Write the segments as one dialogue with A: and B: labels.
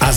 A: A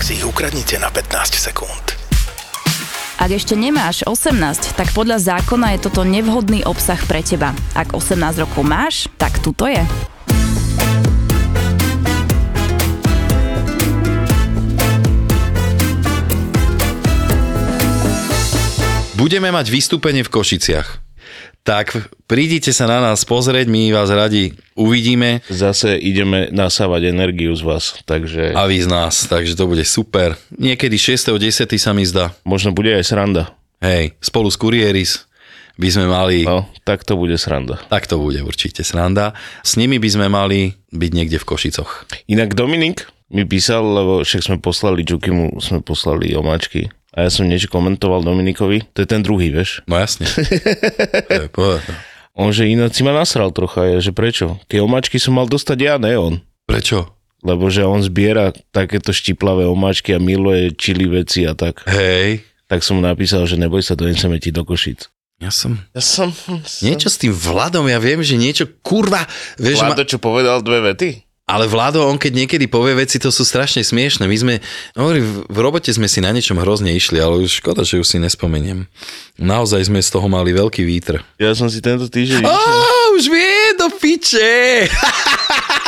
A: si ich ukradnite na 15 sekúnd.
B: Ak ešte nemáš 18, tak podľa zákona je toto nevhodný obsah pre teba. Ak 18 rokov máš, tak tuto je.
C: Budeme mať vystúpenie v Košiciach. Tak prídite sa na nás pozrieť, my vás radi uvidíme
D: Zase ideme nasávať energiu z vás, takže
C: a vy z nás, takže to bude super. Niekedy 6.10. sa mi zdá.
D: možno bude aj sranda.
C: Hej, spolu s Kurieris by sme mali, no.
D: No, tak to bude sranda.
C: tak to bude určite sranda. S nimi by sme mali byť niekde v Košicoch.
D: Inak Dominik mi písal, lebo však sme poslali Čukimu, sme poslali omáčky a ja som niečo komentoval Dominikovi, to je ten druhý, vieš.
C: No jasne. To je povedno.
D: On že ináč si ma nasral trocha, ja, že prečo? Tie omáčky som mal dostať ja, ne on.
C: Prečo?
D: Lebo že on zbiera takéto štiplavé omáčky a miluje čili veci a tak.
C: Hej,
D: Tak som mu napísal, že neboj sa, doneseme ti do košic.
C: ja som...
D: Ja som...
C: Niečo s tým Vladom, ja viem, že niečo, kurva, vieš, ma-
D: čo povedal dve vety?
C: Ale Vlado, on keď niekedy povie veci, to sú strašne smiešne. My sme, hovorím, v robote sme si na niečom hrozne išli, ale už škoda, že už si nespomeniem. Naozaj sme z toho mali veľký vítr.
D: Ja som si tento týždeň...
C: Á, už vie, do piče!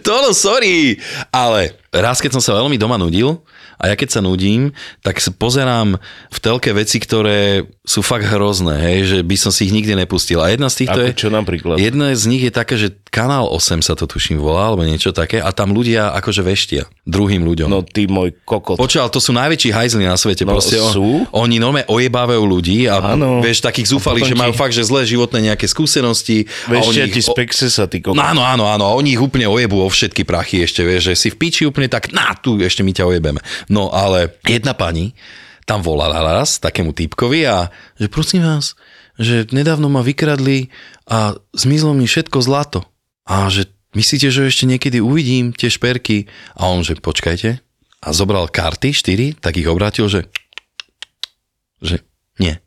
C: Tolo, sorry! Ale raz, keď som sa veľmi doma nudil, a ja keď sa nudím, tak s- pozerám v telke veci, ktoré sú fakt hrozné, hej, že by som si ich nikdy nepustil. A jedna z týchto
D: Ako
C: je...
D: čo napríklad?
C: Jedna z nich je taká, že Kanál 8 sa to tuším volá, alebo niečo také, a tam ľudia akože veštia druhým ľuďom.
D: No ty môj kokot.
C: Počal, to sú najväčší hajzli na svete.
D: No,
C: Proste on-
D: sú?
C: Oni normálne ojebávajú ľudí a
D: Áno.
C: vieš, takých zúfali,
D: potom
C: že majú
D: ti-
C: fakt, že zlé životné nejaké skúsenosti. a oni
D: Veštia
C: ich-
D: ti z Pexesa, ty
C: No
D: kokot.
C: áno, áno, áno, a oni ich úplne ojebú o všetky prachy ešte, vieš, že si v piči úplne tak, na, tu ešte my ťa ojebeme. No ale jedna pani tam volala raz takému týpkovi a že prosím vás, že nedávno ma vykradli a zmizlo mi všetko zlato. A že myslíte, že ešte niekedy uvidím tie šperky? A on že počkajte. A zobral karty, štyri, tak ich obrátil, že že nie.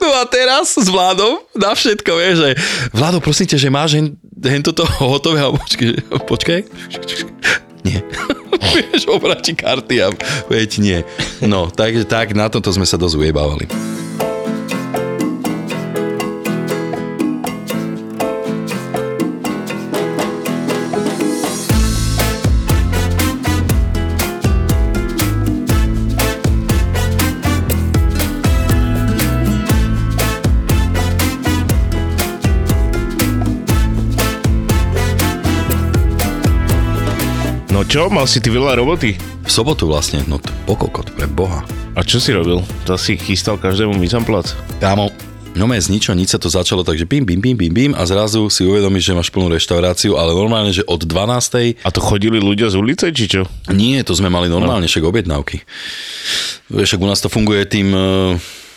C: No a teraz s Vládom na všetko, vieš, že Vládo, prosím ťa, že máš hen, hen toto hotové a počkaj, že- počkaj. Nie. vieš, obráti karty a veď nie. No, takže tak, na toto sme sa dosť ujebávali.
D: No čo, mal si ty veľa roboty?
C: V sobotu vlastne, no t- pokokot, pre Boha.
D: A čo si robil? To si chystal každému mizamplac.
C: Kámo, no z ničo, nič sa to začalo, takže bim, bim, bim, bim, bim a zrazu si uvedomíš, že máš plnú reštauráciu, ale normálne, že od 12.
D: A to chodili ľudia z ulice, či čo?
C: Nie, to sme mali normálne, však objednávky. Však u nás to funguje tým e,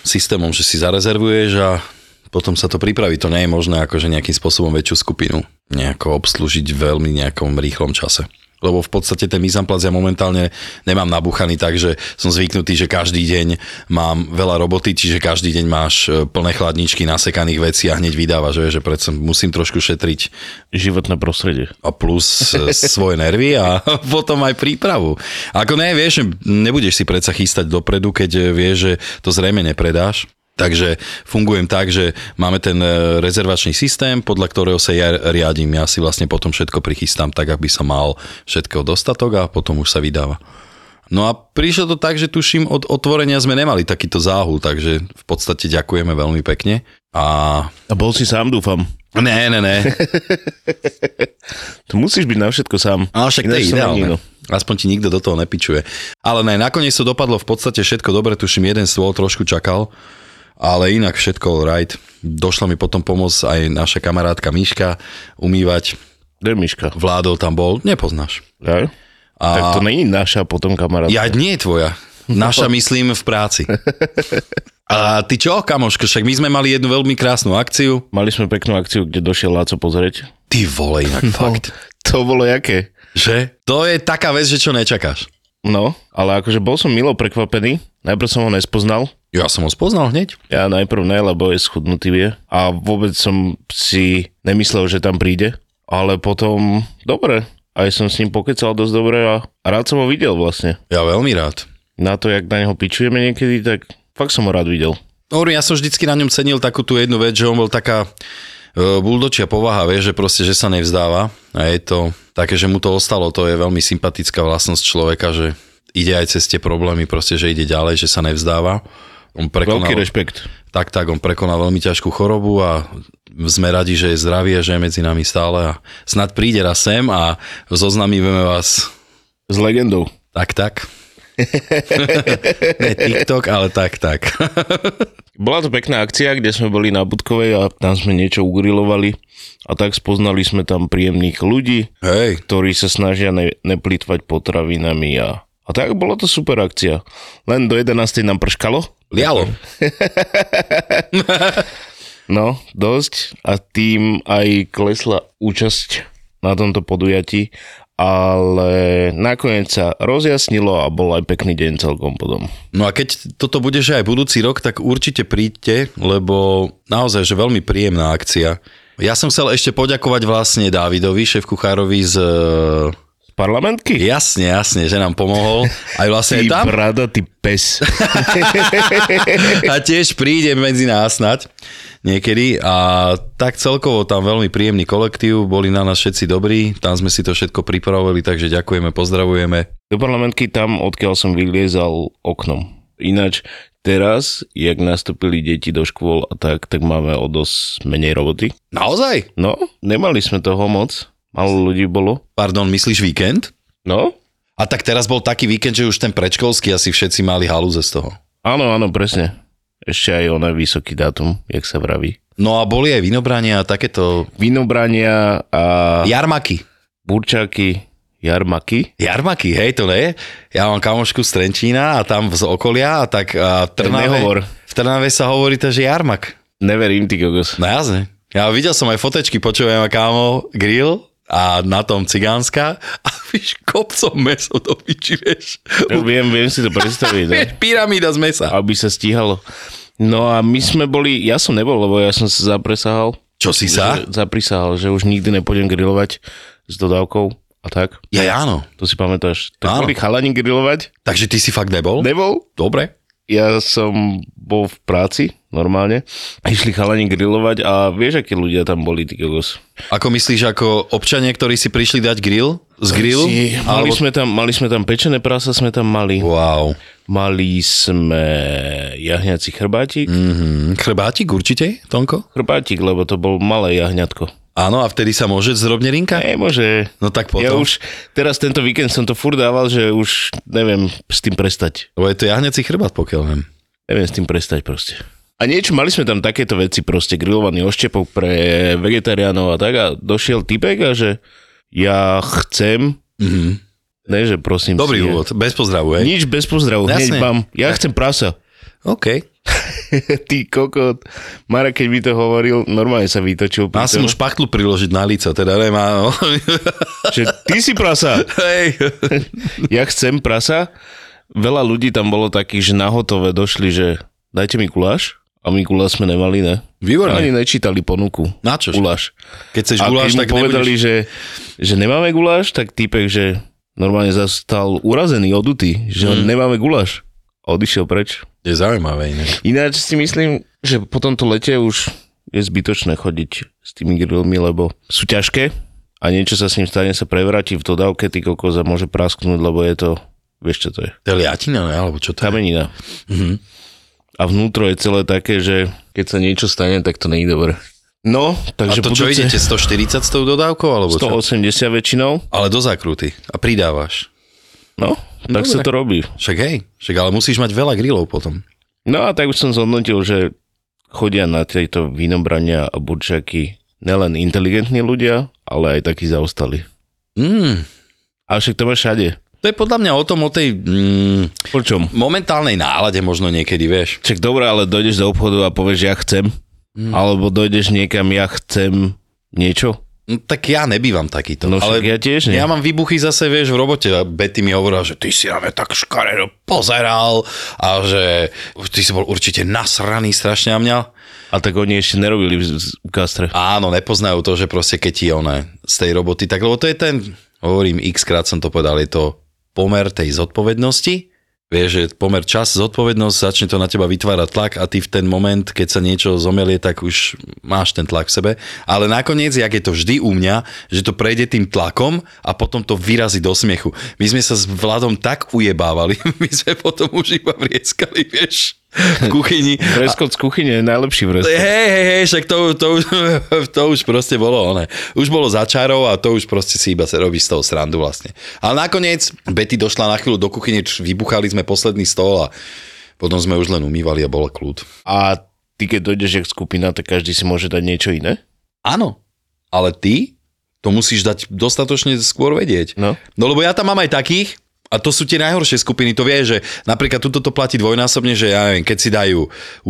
C: systémom, že si zarezervuješ a potom sa to pripraví. To nie je možné akože nejakým spôsobom väčšiu skupinu nejako obslúžiť v veľmi nejakom rýchlom čase. Lebo v podstate ten mizamplac ja momentálne nemám nabúchaný, takže som zvyknutý, že každý deň mám veľa roboty, čiže každý deň máš e, plné chladničky nasekaných vecí a hneď vydávaš, že, že predsa musím trošku šetriť
D: Životné prostredie.
C: a plus e, svoje nervy a potom aj prípravu. Ako ne, vieš, že nebudeš si predsa chystať dopredu, keď e, vieš, že to zrejme nepredáš. Takže fungujem tak, že máme ten e, rezervačný systém, podľa ktorého sa ja riadím. Ja si vlastne potom všetko prichystám tak, aby som mal všetkého dostatok a potom už sa vydáva. No a prišlo to tak, že tuším, od otvorenia sme nemali takýto záhul, takže v podstate ďakujeme veľmi pekne. A
D: A bol si sám, dúfam.
C: ne, ne, ne,
D: To musíš byť na všetko sám.
C: Ale však to je
D: Ináč sa není,
C: ideálne.
D: no.
C: Aspoň ti nikto do toho nepičuje. Ale ne, nakoniec to dopadlo v podstate všetko dobre, tuším, jeden stôl trošku čakal Ale inak všetko all right. Došla mi potom pomôcť aj naša kamarátka Miška umývať.
D: Kde je Miška?
C: Vládov tam bol, nepoznáš.
D: Aj? A... Tak to není naša potom kamarátka.
C: Ja nie je tvoja. Naša myslím v práci. A ty čo, kamoško, však my sme mali jednu veľmi krásnu akciu.
D: Mali sme peknú akciu, kde došiel Láco pozrieť.
C: Ty vole, inak fakt.
D: To bolo jaké?
C: Že? To je taká vec, že čo nečakáš.
D: No, ale akože bol som milo prekvapený. Najprv som ho nespoznal.
C: Ja som ho spoznal hneď.
D: Ja najprv ne, lebo je schudnutý vie. A vôbec som si nemyslel, že tam príde. Ale potom, dobre. Aj som s ním pokecal dosť dobre a rád som ho videl vlastne.
C: Ja veľmi rád.
D: Na to, jak na neho pičujeme niekedy, tak fakt som ho rád videl.
C: Hovorím, ja som vždycky na ňom cenil takú tú jednu vec, že on bol taká e, buldočia povaha, vieš, že proste, že sa nevzdáva a je to také, že mu to ostalo, to je veľmi sympatická vlastnosť človeka, že ide aj cez tie problémy, proste, že ide ďalej, že sa nevzdáva. On
D: Veľký
C: prekonal,
D: rešpekt.
C: tak, tak, on prekonal veľmi ťažkú chorobu a sme radi, že je zdravý a že je medzi nami stále a snad príde raz sem a zoznamíme vás
D: S legendou.
C: tak, tak. ne TikTok, ale tak, tak.
D: Bola to pekná akcia, kde sme boli na Budkovej a tam sme niečo ugrilovali a tak spoznali sme tam príjemných ľudí,
C: Hej,
D: ktorí sa snažia ne, neplýtvať potravinami a, a tak bola to super akcia. Len do 11. nám prškalo,
C: lialo.
D: no dosť a tým aj klesla účasť na tomto podujatí, ale nakoniec sa rozjasnilo a bol aj pekný deň celkom potom.
C: No a keď toto bude, že aj budúci rok, tak určite príďte, lebo naozaj, že veľmi príjemná akcia. Ja som chcel ešte poďakovať vlastne Dávidovi, šéf kuchárovi z...
D: Z parlamentky?
C: Jasne, jasne, že nám pomohol. Aj vlastne aj
D: Ty
C: tam.
D: brada, ty pes.
C: A tiež príde medzi nás snať niekedy. A tak celkovo tam veľmi príjemný kolektív, boli na nás všetci dobrí, tam sme si to všetko pripravili, takže ďakujeme, pozdravujeme.
D: Do parlamentky tam, odkiaľ som vyliezal oknom. Ináč, teraz, jak nastúpili deti do škôl a tak, tak máme o dosť menej roboty.
C: Naozaj?
D: No, nemali sme toho moc. Malo ľudí bolo.
C: Pardon, myslíš víkend?
D: No?
C: A tak teraz bol taký víkend, že už ten predškolský asi všetci mali halúze z toho.
D: Áno, áno, presne. Ešte aj ona vysoký dátum, jak sa vraví.
C: No a boli aj vinobrania a takéto
D: Vinobrania a
C: jarmaky.
D: burčáky, jarmaky.
C: Jarmaky, hej, to nie? Ja mám kamošku z Trenčína a tam z okolia a tak a v Trnave,
D: Nehovor.
C: v Trnave sa hovorí to, že jarmak.
D: Neverím, ty kokos.
C: No jasne. Ja videl som aj fotečky, počujem ma kámo, grill a na tom cigánska a víš, kopcom meso to vyčíreš.
D: Viem, viem si to predstaviť. no.
C: Vieš, pyramída z mesa.
D: Aby sa stíhalo. No a my sme boli, ja som nebol, lebo ja som sa zapresahal.
C: Čo si sa?
D: Že, zaprisahal, že už nikdy nepôjdem grilovať s dodávkou a tak.
C: Ja, ja, áno.
D: To si pamätáš. Tak
C: Áno.
D: boli chalani grilovať.
C: Takže ty si fakt nebol?
D: Nebol.
C: Dobre.
D: Ja som bol v práci, normálne. Išli chalani grilovať a vieš, akí ľudia tam boli, ty kokos.
C: Ako myslíš, ako občania, ktorí si prišli dať grill? Z grillu?
D: Si- Mali, sme tam, mali sme tam pečené prasa, sme tam mali.
C: Wow.
D: Mali sme jahňací chrbátik. Mm.
C: Mm, chrbátik určite, Tonko?
D: Chrbátik, lebo to bol malé jahňatko.
C: Áno, a vtedy sa môže zrobnelinka?
D: Nemôže.
C: No tak potom.
D: Ja už teraz tento víkend som to furt dával, že už neviem s tým prestať.
C: Lebo je to jahňací chrbát, pokiaľ viem.
D: Neviem s tým prestať proste. A niečo, mali sme tam takéto veci, proste grillovaný oštepok pre vegetariánov a tak a došiel typek a že ja chcem,
C: Mhm.
D: ne že prosím
C: Dobrý
D: si,
C: úvod, bez pozdravu, hej.
D: Nič bez pozdravu,
C: Jasné.
D: hneď bam, ja chcem prasa.
C: OK.
D: Ty kokot. Mara, keď mi to hovoril, normálne sa vytočil. pri
C: Má som mu
D: tom,
C: špachtlu priložiť na líca, teda nemá.
D: že ty si prasa.
C: hej.
D: ja chcem prasa. Veľa ľudí tam bolo takých, že nahotové došli, že dajte mi guláš. A my guláš sme nemali, ne? Ani
C: Výborné.
D: nečítali ponuku.
C: Na čo?
D: Guláš.
C: Keď chceš
D: A
C: guláš,
D: keď mu
C: tak
D: povedali,
C: nebudeš...
D: že, že nemáme guláš, tak týpek, že normálne zastal urazený, odutý, že mm. nemáme guláš. A odišiel preč.
C: Je zaujímavé iné.
D: Ináč si myslím, že po tomto lete už je zbytočné chodiť s tými grillmi, lebo sú ťažké a niečo sa s ním stane, sa prevráti v dodávke, ty kokos a môže prasknúť, lebo je to, vieš čo to je,
C: To je Mhm. liatina, ne? alebo čo to je?
D: kamenina. Mm-hmm. A vnútro je celé také, že keď sa niečo stane, tak to není dobre. No,
C: A
D: takže
C: to čo,
D: budúce
C: idete 140 s tou dodávkou, alebo čo?
D: 180 väčšinou,
C: Ale do zákruty. A pridávaš.
D: no, tak
C: Dobre.
D: sa to robí.
C: Však hej, však ale musíš mať veľa grillov potom.
D: No a tak už som zhodnotil, že chodia na tieto vínobrania a burčaky nelen inteligentní ľudia, ale aj takí zaostali.
C: Mm,
D: A však to má všade.
C: to je podľa mňa o tom, o tej mm,
D: O čom?
C: momentálnej nálade možno niekedy, vieš.
D: Však dobre, ale dojdeš do obchodu a povieš, ja chcem. Alebo dojdeš niekam, ja chcem niečo.
C: No, tak ja nebývam takýto.
D: No však ja tiež nie.
C: Ja mám výbuchy zase, vieš, v robote. A Betty mi hovorila, že ty si na mňa tak škaredo pozeral a že ty si bol určite nasraný strašne na mňa.
D: A tak oni ešte nerobili v, v gastre.
C: Áno, nepoznajú to, že proste keď ti one z tej roboty, tak lebo to je ten, hovorím x krát som to povedal, je to pomer tej zodpovednosti, vieš, že pomer čas, zodpovednosť, začne to na teba vytvárať tlak a ty v ten moment, keď sa niečo zomelie, tak už máš ten tlak v sebe. Ale nakoniec, jak je to vždy u mňa, že to prejde tým tlakom a potom to vyrazí do smiechu. My sme sa s Vladom tak ujebávali, my sme potom už iba vrieskali, vieš, v kuchyni. A-
D: Preskot z kuchyne je najlepší preskot.
C: Hej, hej, hej, však to, to, už, to už proste bolo oné. Už bolo začarov a to už proste si iba robíš z toho srandu vlastne. Ale nakoniec Betty došla na chvíľu do kuchyne, č- vybuchali sme posledný stôl a potom sme už len umývali a bol kľud.
D: A ty keď dojdeš jak skupina, tak každý si môže dať niečo iné?
C: Áno, ale ty to musíš dať dostatočne skôr vedieť.
D: No.
C: no lebo ja tam mám aj takých, a to sú tie najhoršie skupiny, to vie, že napríklad tuto to platí dvojnásobne, že ja neviem, keď si dajú 8,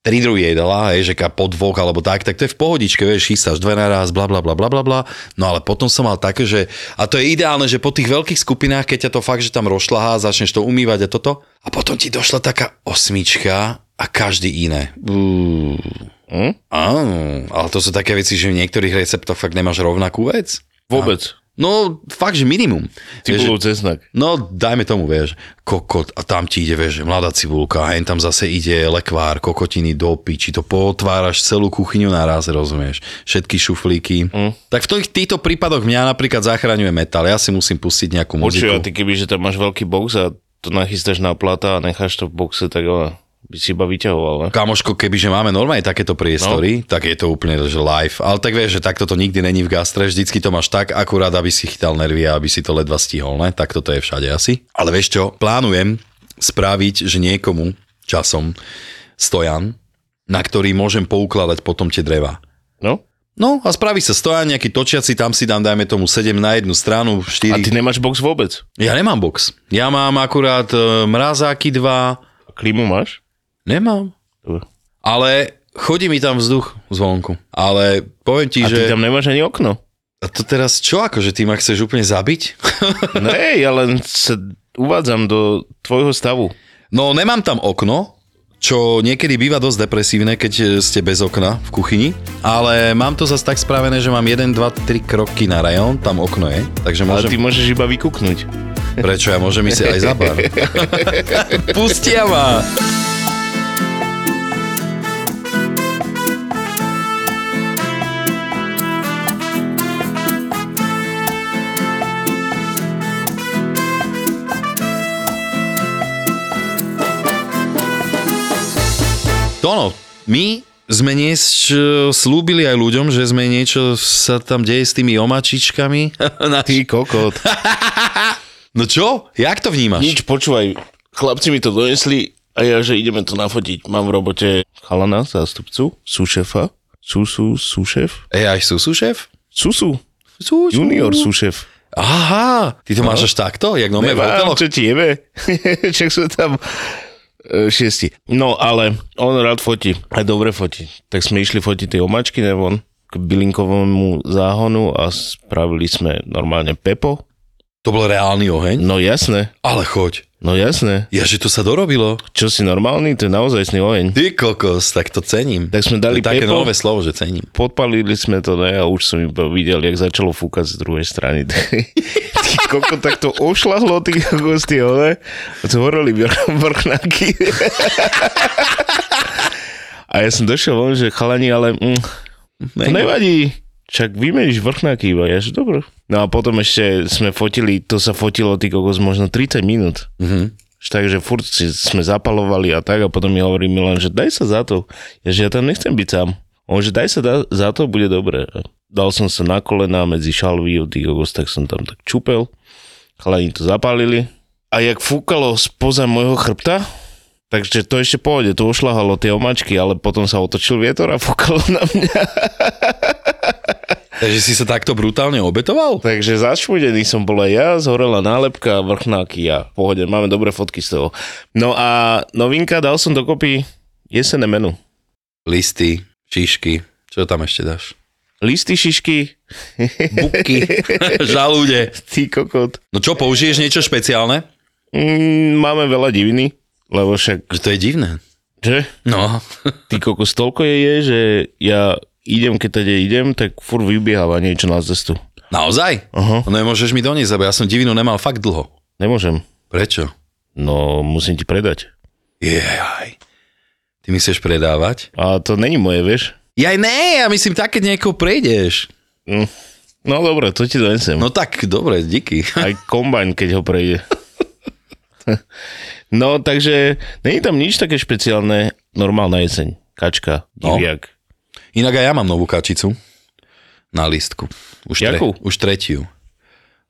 C: tri druhy jedla, hej, že ka po dvoch alebo tak, tak to je v pohodičke, vieš, chystáš dve naraz, bla bla bla bla bla bla, no ale potom som mal také, že, a to je ideálne, že po tých veľkých skupinách, keď ťa to fakt, že tam rošľahá, začneš to umývať a toto, a potom ti došla taká osmička a každý iné.
D: Hm?
C: Áno, ale to sú také veci, že v niektorých receptoch fakt nemáš rovnakú vec.
D: Vôbec.
C: No, fakt, že minimum. Vieš,
D: Cibulov cesnak.
C: No, dajme tomu, vieš, kokot a tam ti ide, vieš, mladá cibulka a hen tam zase ide lekvár, kokotiny do piči, to potváraš celú kuchyňu naraz, rozumieš, všetky šuflíky. Mm.
D: Hm.
C: Tak v tých- týchto prípadoch mňa napríklad zachraňuje metal, ja si musím pustiť nejakú
D: Počuj, a
C: muziku.
D: ty keby, že tam máš veľký box a to nachystáš na plata a necháš to v boxe, tak ona by si iba vyťahoval, ne?
C: Kamoško, kebyže máme normálne takéto priestory, no. tak je to úplne že live. Ale tak vieš, že takto to nikdy není v gastre, vždycky to máš tak, akurát aby si chytal nervy a aby si to ledva stihol, ne? Tak toto je všade asi. Ale vieš čo, plánujem spraviť, že niekomu časom stojan, na ktorý môžem poukladať potom tie dreva.
D: No?
C: No a spraví sa stojan, nejaký točiaci, tam si dám, dajme tomu 7 na jednu stranu, 4.
D: A ty nemáš box vôbec?
C: Ja nemám box. Ja mám akurát e, mrazáky dva.
D: Klimu máš?
C: Nemám.
D: Dobre.
C: Ale chodí mi tam vzduch zvonku. Ale poviem ti,
D: A ty
C: že...
D: tam nemáš ani okno?
C: A to teraz čo, akože ty ma chceš úplne zabiť?
D: Ne, ja len sa uvádzam do tvojho stavu.
C: no nemám tam okno, čo niekedy býva dosť depresívne, keď e, ste bez okna v kuchyni, ale mám to zase tak spravené, že mám 1, 2, 3 kroky na rajón, tam okno je, takže
D: Ale
C: môžem...
D: ty môžeš iba vykúknuť.
C: Prečo ja môžem ísť aj za bar? Pustia ma! Tono, my sme dnes e, slúbili aj ľuďom, že sme niečo sa tam deje s tými omačičkami.
D: Ty kokot.
C: No čo? Jak to vnímaš?
D: Nič, počúvaj. Chlapci mi to donesli a ja, že ideme to nafotiť. Mám v robote chalana, zástupcu, súšefa. Susu, súšef?
C: Ej, aj sú, sú šéf?
D: Susu,
C: Sú, sú.
D: junior No. súšef.
C: Aha, ty to máš až takto? Jak nome v hoteloch?
D: čo ti jebe? Čak sú tam e, šiesti. No, ale on rád fotí. Aj dobre fotí. Tak sme išli fotiť tie omačky nevon k bylinkovému záhonu a spravili sme normálne pepo.
C: To bol reálny oheň?
D: No jasné,
C: Ale choď.
D: no jasné.
C: Ja, že to sa dorobilo.
D: Čo si normálny, to je naozaj sný oheň.
C: Ty kokos, tak to cením.
D: Tak sme
C: to
D: dali
C: je také
D: pepo.
C: nové slovo, že cením.
D: Podpalili sme to, ne, a už som iba videl, jak začalo fúkať z druhej strany. Ty koko, tak to ošlahlo, ty kokos, ty, ne? Zhoreli vrch- vrchnáky. A ja som došiel von, že chalani, ale mm, to nevadí. Čak vymeníš vrchnáky iba, ja že dobro. No a potom ešte sme fotili, to sa fotilo, ty kokos, možno 30 minút.
C: Mhm.
D: Že Takže furt si sme zapalovali a tak a potom mi hovorí Milan, že daj sa za to. Ja, že ja tam nechcem byť sám. On, že daj sa da- za to, bude dobre. Dal som sa na kolená medzi šalvy od tých ogos, tak som tam tak čupel. Chalani to zapálili. A jak fúkalo spoza môjho chrbta, Takže to ešte pôjde, to ušľahalo tie omačky, ale potom sa otočil vietor a fúkal na mňa.
C: Takže si sa takto brutálne obetoval?
D: Takže zašmudený som bol aj ja, zhorela nálepka, vrchná kia. V Pohode, máme dobré fotky z toho. No a novinka, dal som dokopy jesenné menu.
C: Listy, šíšky, čo tam ešte dáš?
D: Listy, šišky,
C: Buky, žalúde.
D: ty kokot.
C: No čo, použiješ niečo špeciálne?
D: Mm, máme veľa diviny, lebo však,
C: Že to je divné.
D: že?
C: No,
D: Ty kokos, toľko je, je že ja idem, keď tady idem, tak fur vybieháva niečo na cestu.
C: naozaj?
D: Aha.
C: No nemôžeš mi doniesť, lebo ja som divinu nemal fakt dlho.
D: Nemôžem.
C: Prečo?
D: No, musím ti predať.
C: Jaj. Ty mi chceš predávať?
D: A to není moje, vieš?
C: Jaj, ne, ja myslím tak, keď niekoho prejdeš.
D: No dobre, to ti donesem.
C: No tak, dobre, díky.
D: Aj kombajn, keď ho prejde. No, takže není tam nič také špeciálne. Normálna jeseň. Kačka,
C: No.
D: diviak.
C: Inak aj ja mám novú kačicu na lístku. Už,
D: Jakú?
C: už tretiu.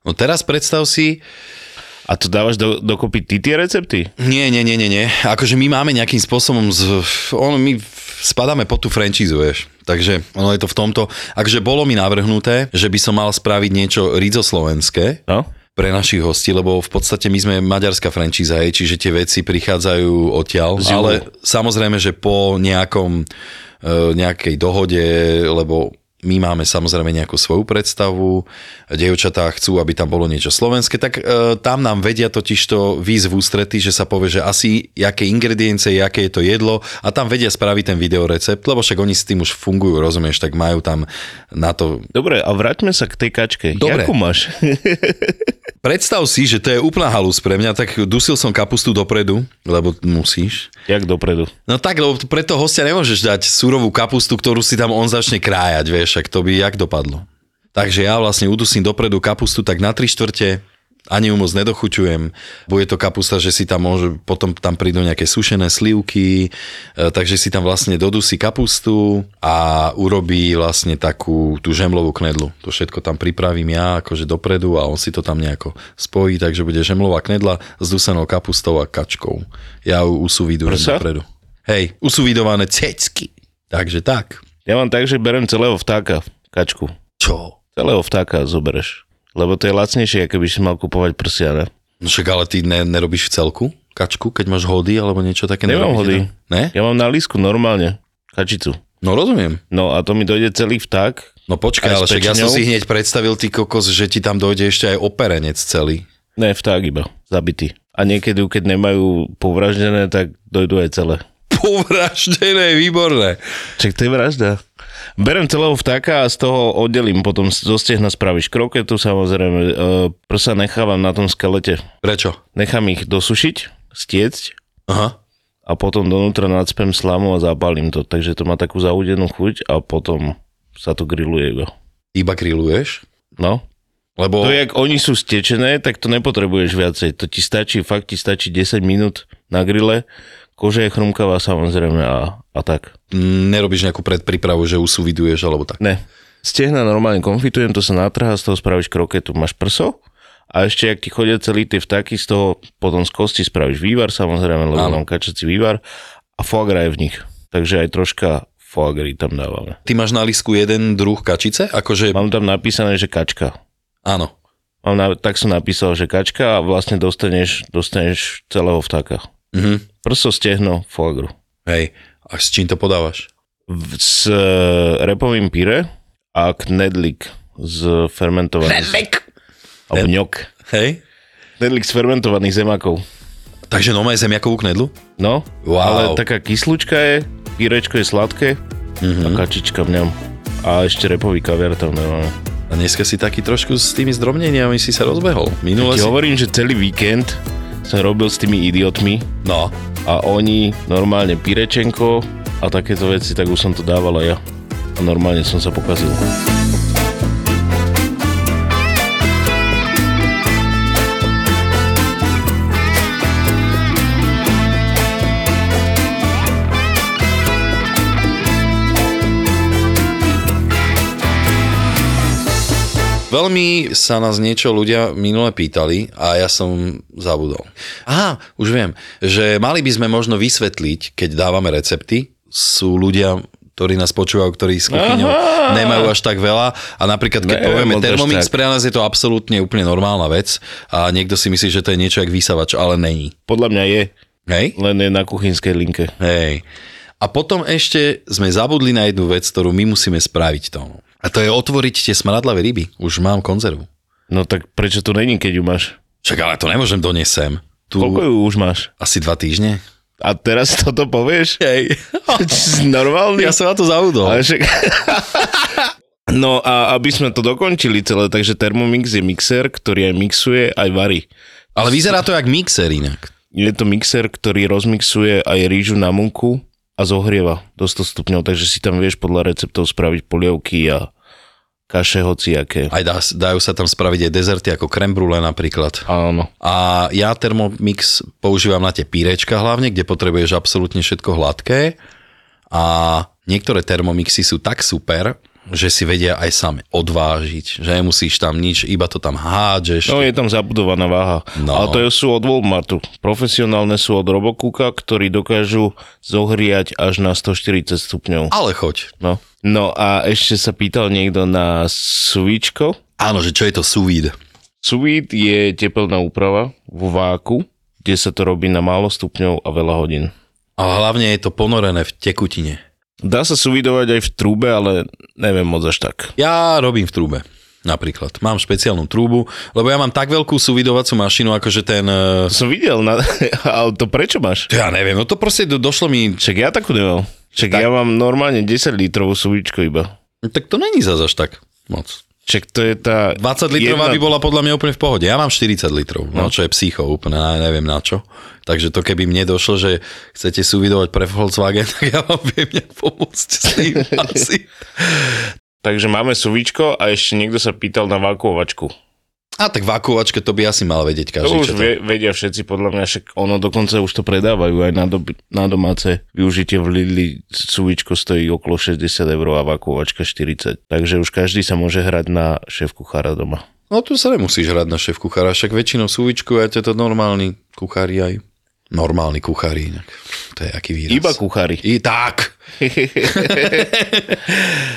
C: No teraz predstav si,
D: A tu dávaš do, dokopy ty tie recepty?
C: nie, nie, nie, nie, nie. Akože my máme nejakým spôsobom, z, on, my spadáme pod tú franchízu, vieš. Takže ono je to v tomto. Akože bolo mi navrhnuté, že by som mal spraviť niečo rídzoslovenské,
D: No?
C: pre našich hostí, lebo v podstate my sme maďarská frančíza, hej, čiže tie veci prichádzajú odtiaľ,
D: juhu.
C: ale samozrejme, že po nejakom, e, nejakej dohode, lebo my máme samozrejme nejakú svoju predstavu, dievčatá chcú, aby tam bolo niečo slovenské, tak e, tam nám vedia totiž to výzv ústrety, že sa povie, že asi aké ingrediencie, aké je to jedlo a tam vedia spraviť ten videorecept, lebo však oni s tým už fungujú, rozumieš, tak majú tam na to
D: Dobre, a vráťme sa k tej kačke.
C: Dobre.
D: Jakú máš?
C: Predstav si, že to je úplná halus pre mňa, tak dusil som kapustu dopredu, lebo musíš.
D: Jak dopredu?
C: No tak, lebo preto hostia nemôžeš dať súrovú kapustu, ktorú si tam on začne krájať, vieš, ak to by jak dopadlo. Takže ja vlastne udusím dopredu kapustu tak na tri štvrte, ani ju moc nedochuťujem. Bude to kapusta, že si tam môže, potom tam prídu nejaké sušené slivky, e, takže si tam vlastne dodusí kapustu a urobí vlastne takú tú žemlovú knedlu. To všetko tam pripravím ja akože dopredu a on si to tam nejako spojí, takže bude žemlová knedla s dusenou kapustou a kačkou. Ja ju usúvidujem
D: Prsa?
C: dopredu. Hej, usuvidované cecky. Takže tak.
D: Ja mám tak, že berem celého vtáka, kačku.
C: Čo?
D: Celého vtáka zobereš. Lebo to je lacnejšie, ako by si mal kupovať prsia, ne?
C: No však ale ty ne, nerobíš v celku kačku, keď máš hody alebo niečo také?
D: Nemám
C: nerobíš?
D: hody.
C: Ne?
D: Ja mám na lísku normálne kačicu.
C: No rozumiem.
D: No a to mi dojde celý vták.
C: No počkaj,
D: Aj s
C: ale však ja som
D: pečenou?
C: si hneď predstavil ty kokos, že ti tam dojde ešte aj operenec celý.
D: Ne, vták iba. Zabitý. A niekedy, keď nemajú povraždené, tak dojdú aj celé.
C: Povraždené, výborné.
D: Čak to je vražda. Berem celého vtáka a z toho oddelím, potom zo stehna spravíš kroketu samozrejme, e, prsa nechávam na tom skelete.
C: Prečo?
D: Nechám ich dosušiť, stiecť
C: Aha.
D: a potom donútra nadspem slamu a zapálim to. Takže to má takú zaudenú chuť a potom sa to grilluje iba.
C: Iba grilluješ?
D: No.
C: Lebo
D: To, jak oni sú stečené, tak to nepotrebuješ viacej. To ti stačí, fakt ti stačí 10 minút na grille. Koža je chrumkavá samozrejme a, a tak.
C: mm, nerobíš nejakú predprípravu, že usuviduješ alebo tak.
D: Ne. Stehna normálne konfitujem, to sa natrhá, z toho spravíš kroketu. Máš prso a ešte, ak ti chodia celý tie vtáky, z toho potom z kosti spravíš vývar, samozrejme, lebo
C: Áno.
D: mám kačací vývar a foie gras je v nich. Takže aj troška foie gras tam dávame.
C: Ty máš na lisku jeden druh kačice? Akože,
D: Mám tam napísané, že kačka.
C: áno.
D: Mám na, tak som napísal, že kačka a vlastne dostaneš, dostaneš celého vtáka.
C: Mhm.
D: Prso, stehno, foie gras.
C: Hej. A s čím to podávaš?
D: V- S e, repovým píre a knedlik z fermentovaných... Alebo ňok.
C: Hej.
D: Knedlik z fermentovaných zemakov.
C: Takže no má zemiakovú knedlu?
D: No,
C: Wow.
D: ale taká kyslučka je, pírečko je sladké
C: Mhm.
D: mm-hmm. a kačička v ňom. A ešte repový kaviar tam nemáme.
C: A dneska si taký trošku s tými zdrobneniami si sa rozbehol. Minule si...
D: Ti hovorím, že celý víkend som robil s tými idiotmi
C: No,
D: a oni normálne pírečenko a takéto veci, tak už som to dával aj ja. A normálne som sa pokazil.
C: v Veľmi sa nás niečo ľudia minule pýtali a ja som zabudol. Aha, už viem, že mali by sme možno vysvetliť, keď dávame recepty, sú ľudia ktorí nás počúvajú, ktorí s kuchyňou nemajú až tak veľa. A napríklad, keď
D: Ne,
C: povieme
D: moc až
C: Thermomix,
D: tak.
C: pre nás je to absolútne úplne normálna vec a niekto si myslí, že to je niečo jak vysavač, ale není.
D: Podľa mňa je,
C: Hej?
D: len je na kuchynskej linke.
C: Hej. A potom ešte sme zabudli na jednu vec, ktorú my musíme spraviť tomu. A to je otvoriť tie smradlavé ryby. Už mám konzervu.
D: No tak prečo tu není, keď ju máš?
C: Však ale to nemôžem doniesť sem. Tu
D: Koľko ju už máš?
C: asi dva týždne.
D: A teraz toto povieš?
C: Hej.
D: Si Normálny?
C: Ja som na to zabudol.
D: Ale však... No a aby sme to dokončili celé, takže Thermomix je mixer, ktorý aj mixuje, aj varí.
C: Ale vyzerá to jak mixer inak.
D: Je to mixer, ktorý rozmixuje aj rýžu na múku a zohrieva do 100 stupňov, takže si tam vieš podľa receptov spraviť polievky a kaše hociaké.
C: Aj dá, dajú sa tam spraviť aj dezerty ako creme brulee napríklad.
D: Áno.
C: A ja Thermomix používam na tie pírečka hlavne, kde potrebuješ absolútne všetko hladké. A niektoré Thermomixy sú tak super, že si vedia aj sami odvážiť, že nemusíš tam nič, iba to tam hádžeš.
D: No je tam zabudovaná váha.
C: No.
D: No. Ale to je- sú od Walmartu. Profesionálne sú od Robokuka, ktorí dokážu zohriať až na 140 stupňov.
C: Ale choď.
D: No. no a ešte sa pýtal niekto na suvíčko.
C: Áno, že čo je to suvid?
D: Suvít je tepelná úprava vo váku, kde sa to robí na málo stupňov a veľa hodín.
C: A hlavne je to ponorené v tekutine.
D: Dá sa suvidovať aj v trúbe, ale neviem moc až tak.
C: Ja robím v trúbe. Napríklad. Mám špeciálnu trúbu, lebo ja mám tak veľkú suvidovacú mašinu, akože ten...
D: To
C: e,
D: som videl, na... ale to prečo máš?
C: to Ja neviem, no to proste do, došlo mi...
D: Však ja takú nemám. Však tak. ja mám normálne 10 litrovú suvičko iba.
C: Tak to není zase až tak moc.
D: Však to je tá...
C: 20 litrová by bola podľa mňa úplne v pohode. Ja mám 40 litrov, no čo je psycho úplne, ja neviem na čo. Takže to keby mne došlo, že chcete súvidovať pre Volkswagen, tak ja vám viem nejak pomôcť s tým asi.
D: Takže máme suvičko a ešte niekto sa pýtal na vakuovačku.
C: A tak vakuovačke to by asi mal vedieť
D: To
C: každý.
D: už
C: čo to-
D: vie, vedia všetci, podľa mňa, však ono dokonca už to predávajú aj na, dob- na domáce. Využitie v Lidli suvičko stojí okolo 60 eur a vakuovačka 40. Takže už každý sa môže hrať na šéf kuchára doma.
C: No tu sa nemusíš hrať na šéf kuchára, však väčšinou súvičku a to to normálni kuchári aj. Normálni kuchári inak. To je aký výraz.
D: Iba kuchári.
C: I tak.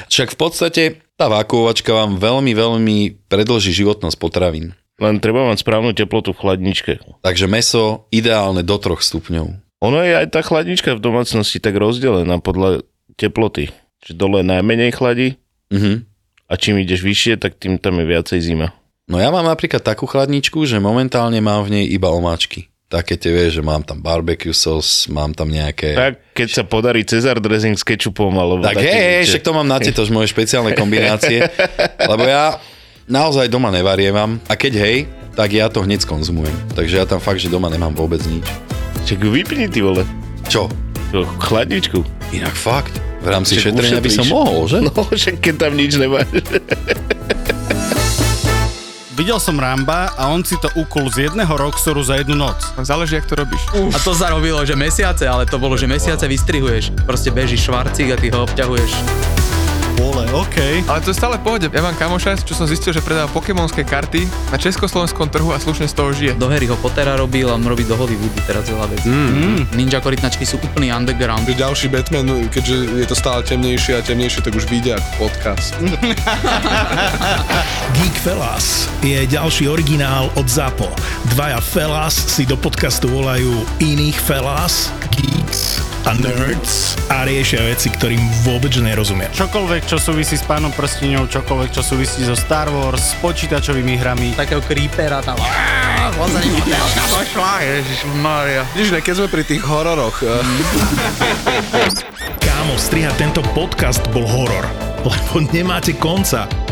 C: Však v podstate tá vakuovačka vám veľmi, veľmi predlží životnosť potravín.
D: Len treba mať správnu teplotu v chladničke.
C: Takže meso ideálne do 3 stupňov.
D: Ono je aj tá chladnička v domácnosti tak rozdelená podľa teploty. Čiže dole najmenej chladí
C: Mhm.
D: a čím ideš vyššie, tak tým tam je viacej zima.
C: No ja mám napríklad takú chladničku, že momentálne mám v nej iba omáčky. Také tie vieš, že mám tam barbecue sauce, mám tam nejaké...
D: Tak keď sa podarí Cezar dressing s kečupom alebo
C: Tak
D: také
C: hej, hej,
D: niečo.
C: však to mám na tieto moje špeciálne kombinácie, lebo ja naozaj doma nevarievam a keď hej, tak ja to hneď skonzumujem. Takže ja tam fakt, že doma nemám vôbec nič.
D: Však ju vypni ty vole,
C: Čo?
D: tú chladničku.
C: Inak fakt. V rámci
D: Však
C: šetrenia by som
D: ušetríš.
C: mohol, že?
D: No však keď tam nič nemáš.
E: Videl som Ramba a on si to ukol z jedného roxoru za jednu noc.
F: Záleží, jak to robíš.
G: Uh.
F: Uf. A to sa robilo, že mesiace, ale to bolo, že mesiace vystrihuješ. Proste beží švarcík a ty ho obťahuješ.
E: Vole, okej.
H: Ale to je stále v pohode. Ja mám kamoša, čo som zistil, že predáva pokémonské karty na československom trhu a slušne z toho žije.
F: Do hery ho Pottera robil a on robí do Hollywoodu teraz veľa vecí. Mm. Ninja korytnačky sú úplný underground.
G: Že ďalší Batman, no, keďže je to stále temnejšie a temnejšie, tak už vyjde ako podcast.
A: Geek Fellas je ďalší originál od ZAPO. Dvaja Fellas si do podcastu volajú iných Fellas, Geeks a Nerds a riešia veci, ktorým vôbec nerozumia.
E: Čokoľvek, čo súvisí s pánom prstiňou, čokoľvek, čo súvisí so Star Wars, s počítačovými hrami.
F: Takého creepera tam. Á, on za ním odbehol, tam došla, ježišmaria.
G: Vidíš, ne, keď sme pri tých hororoch, eh,
A: Kámo, striha tento podcast bol horor, lebo nemáte konca.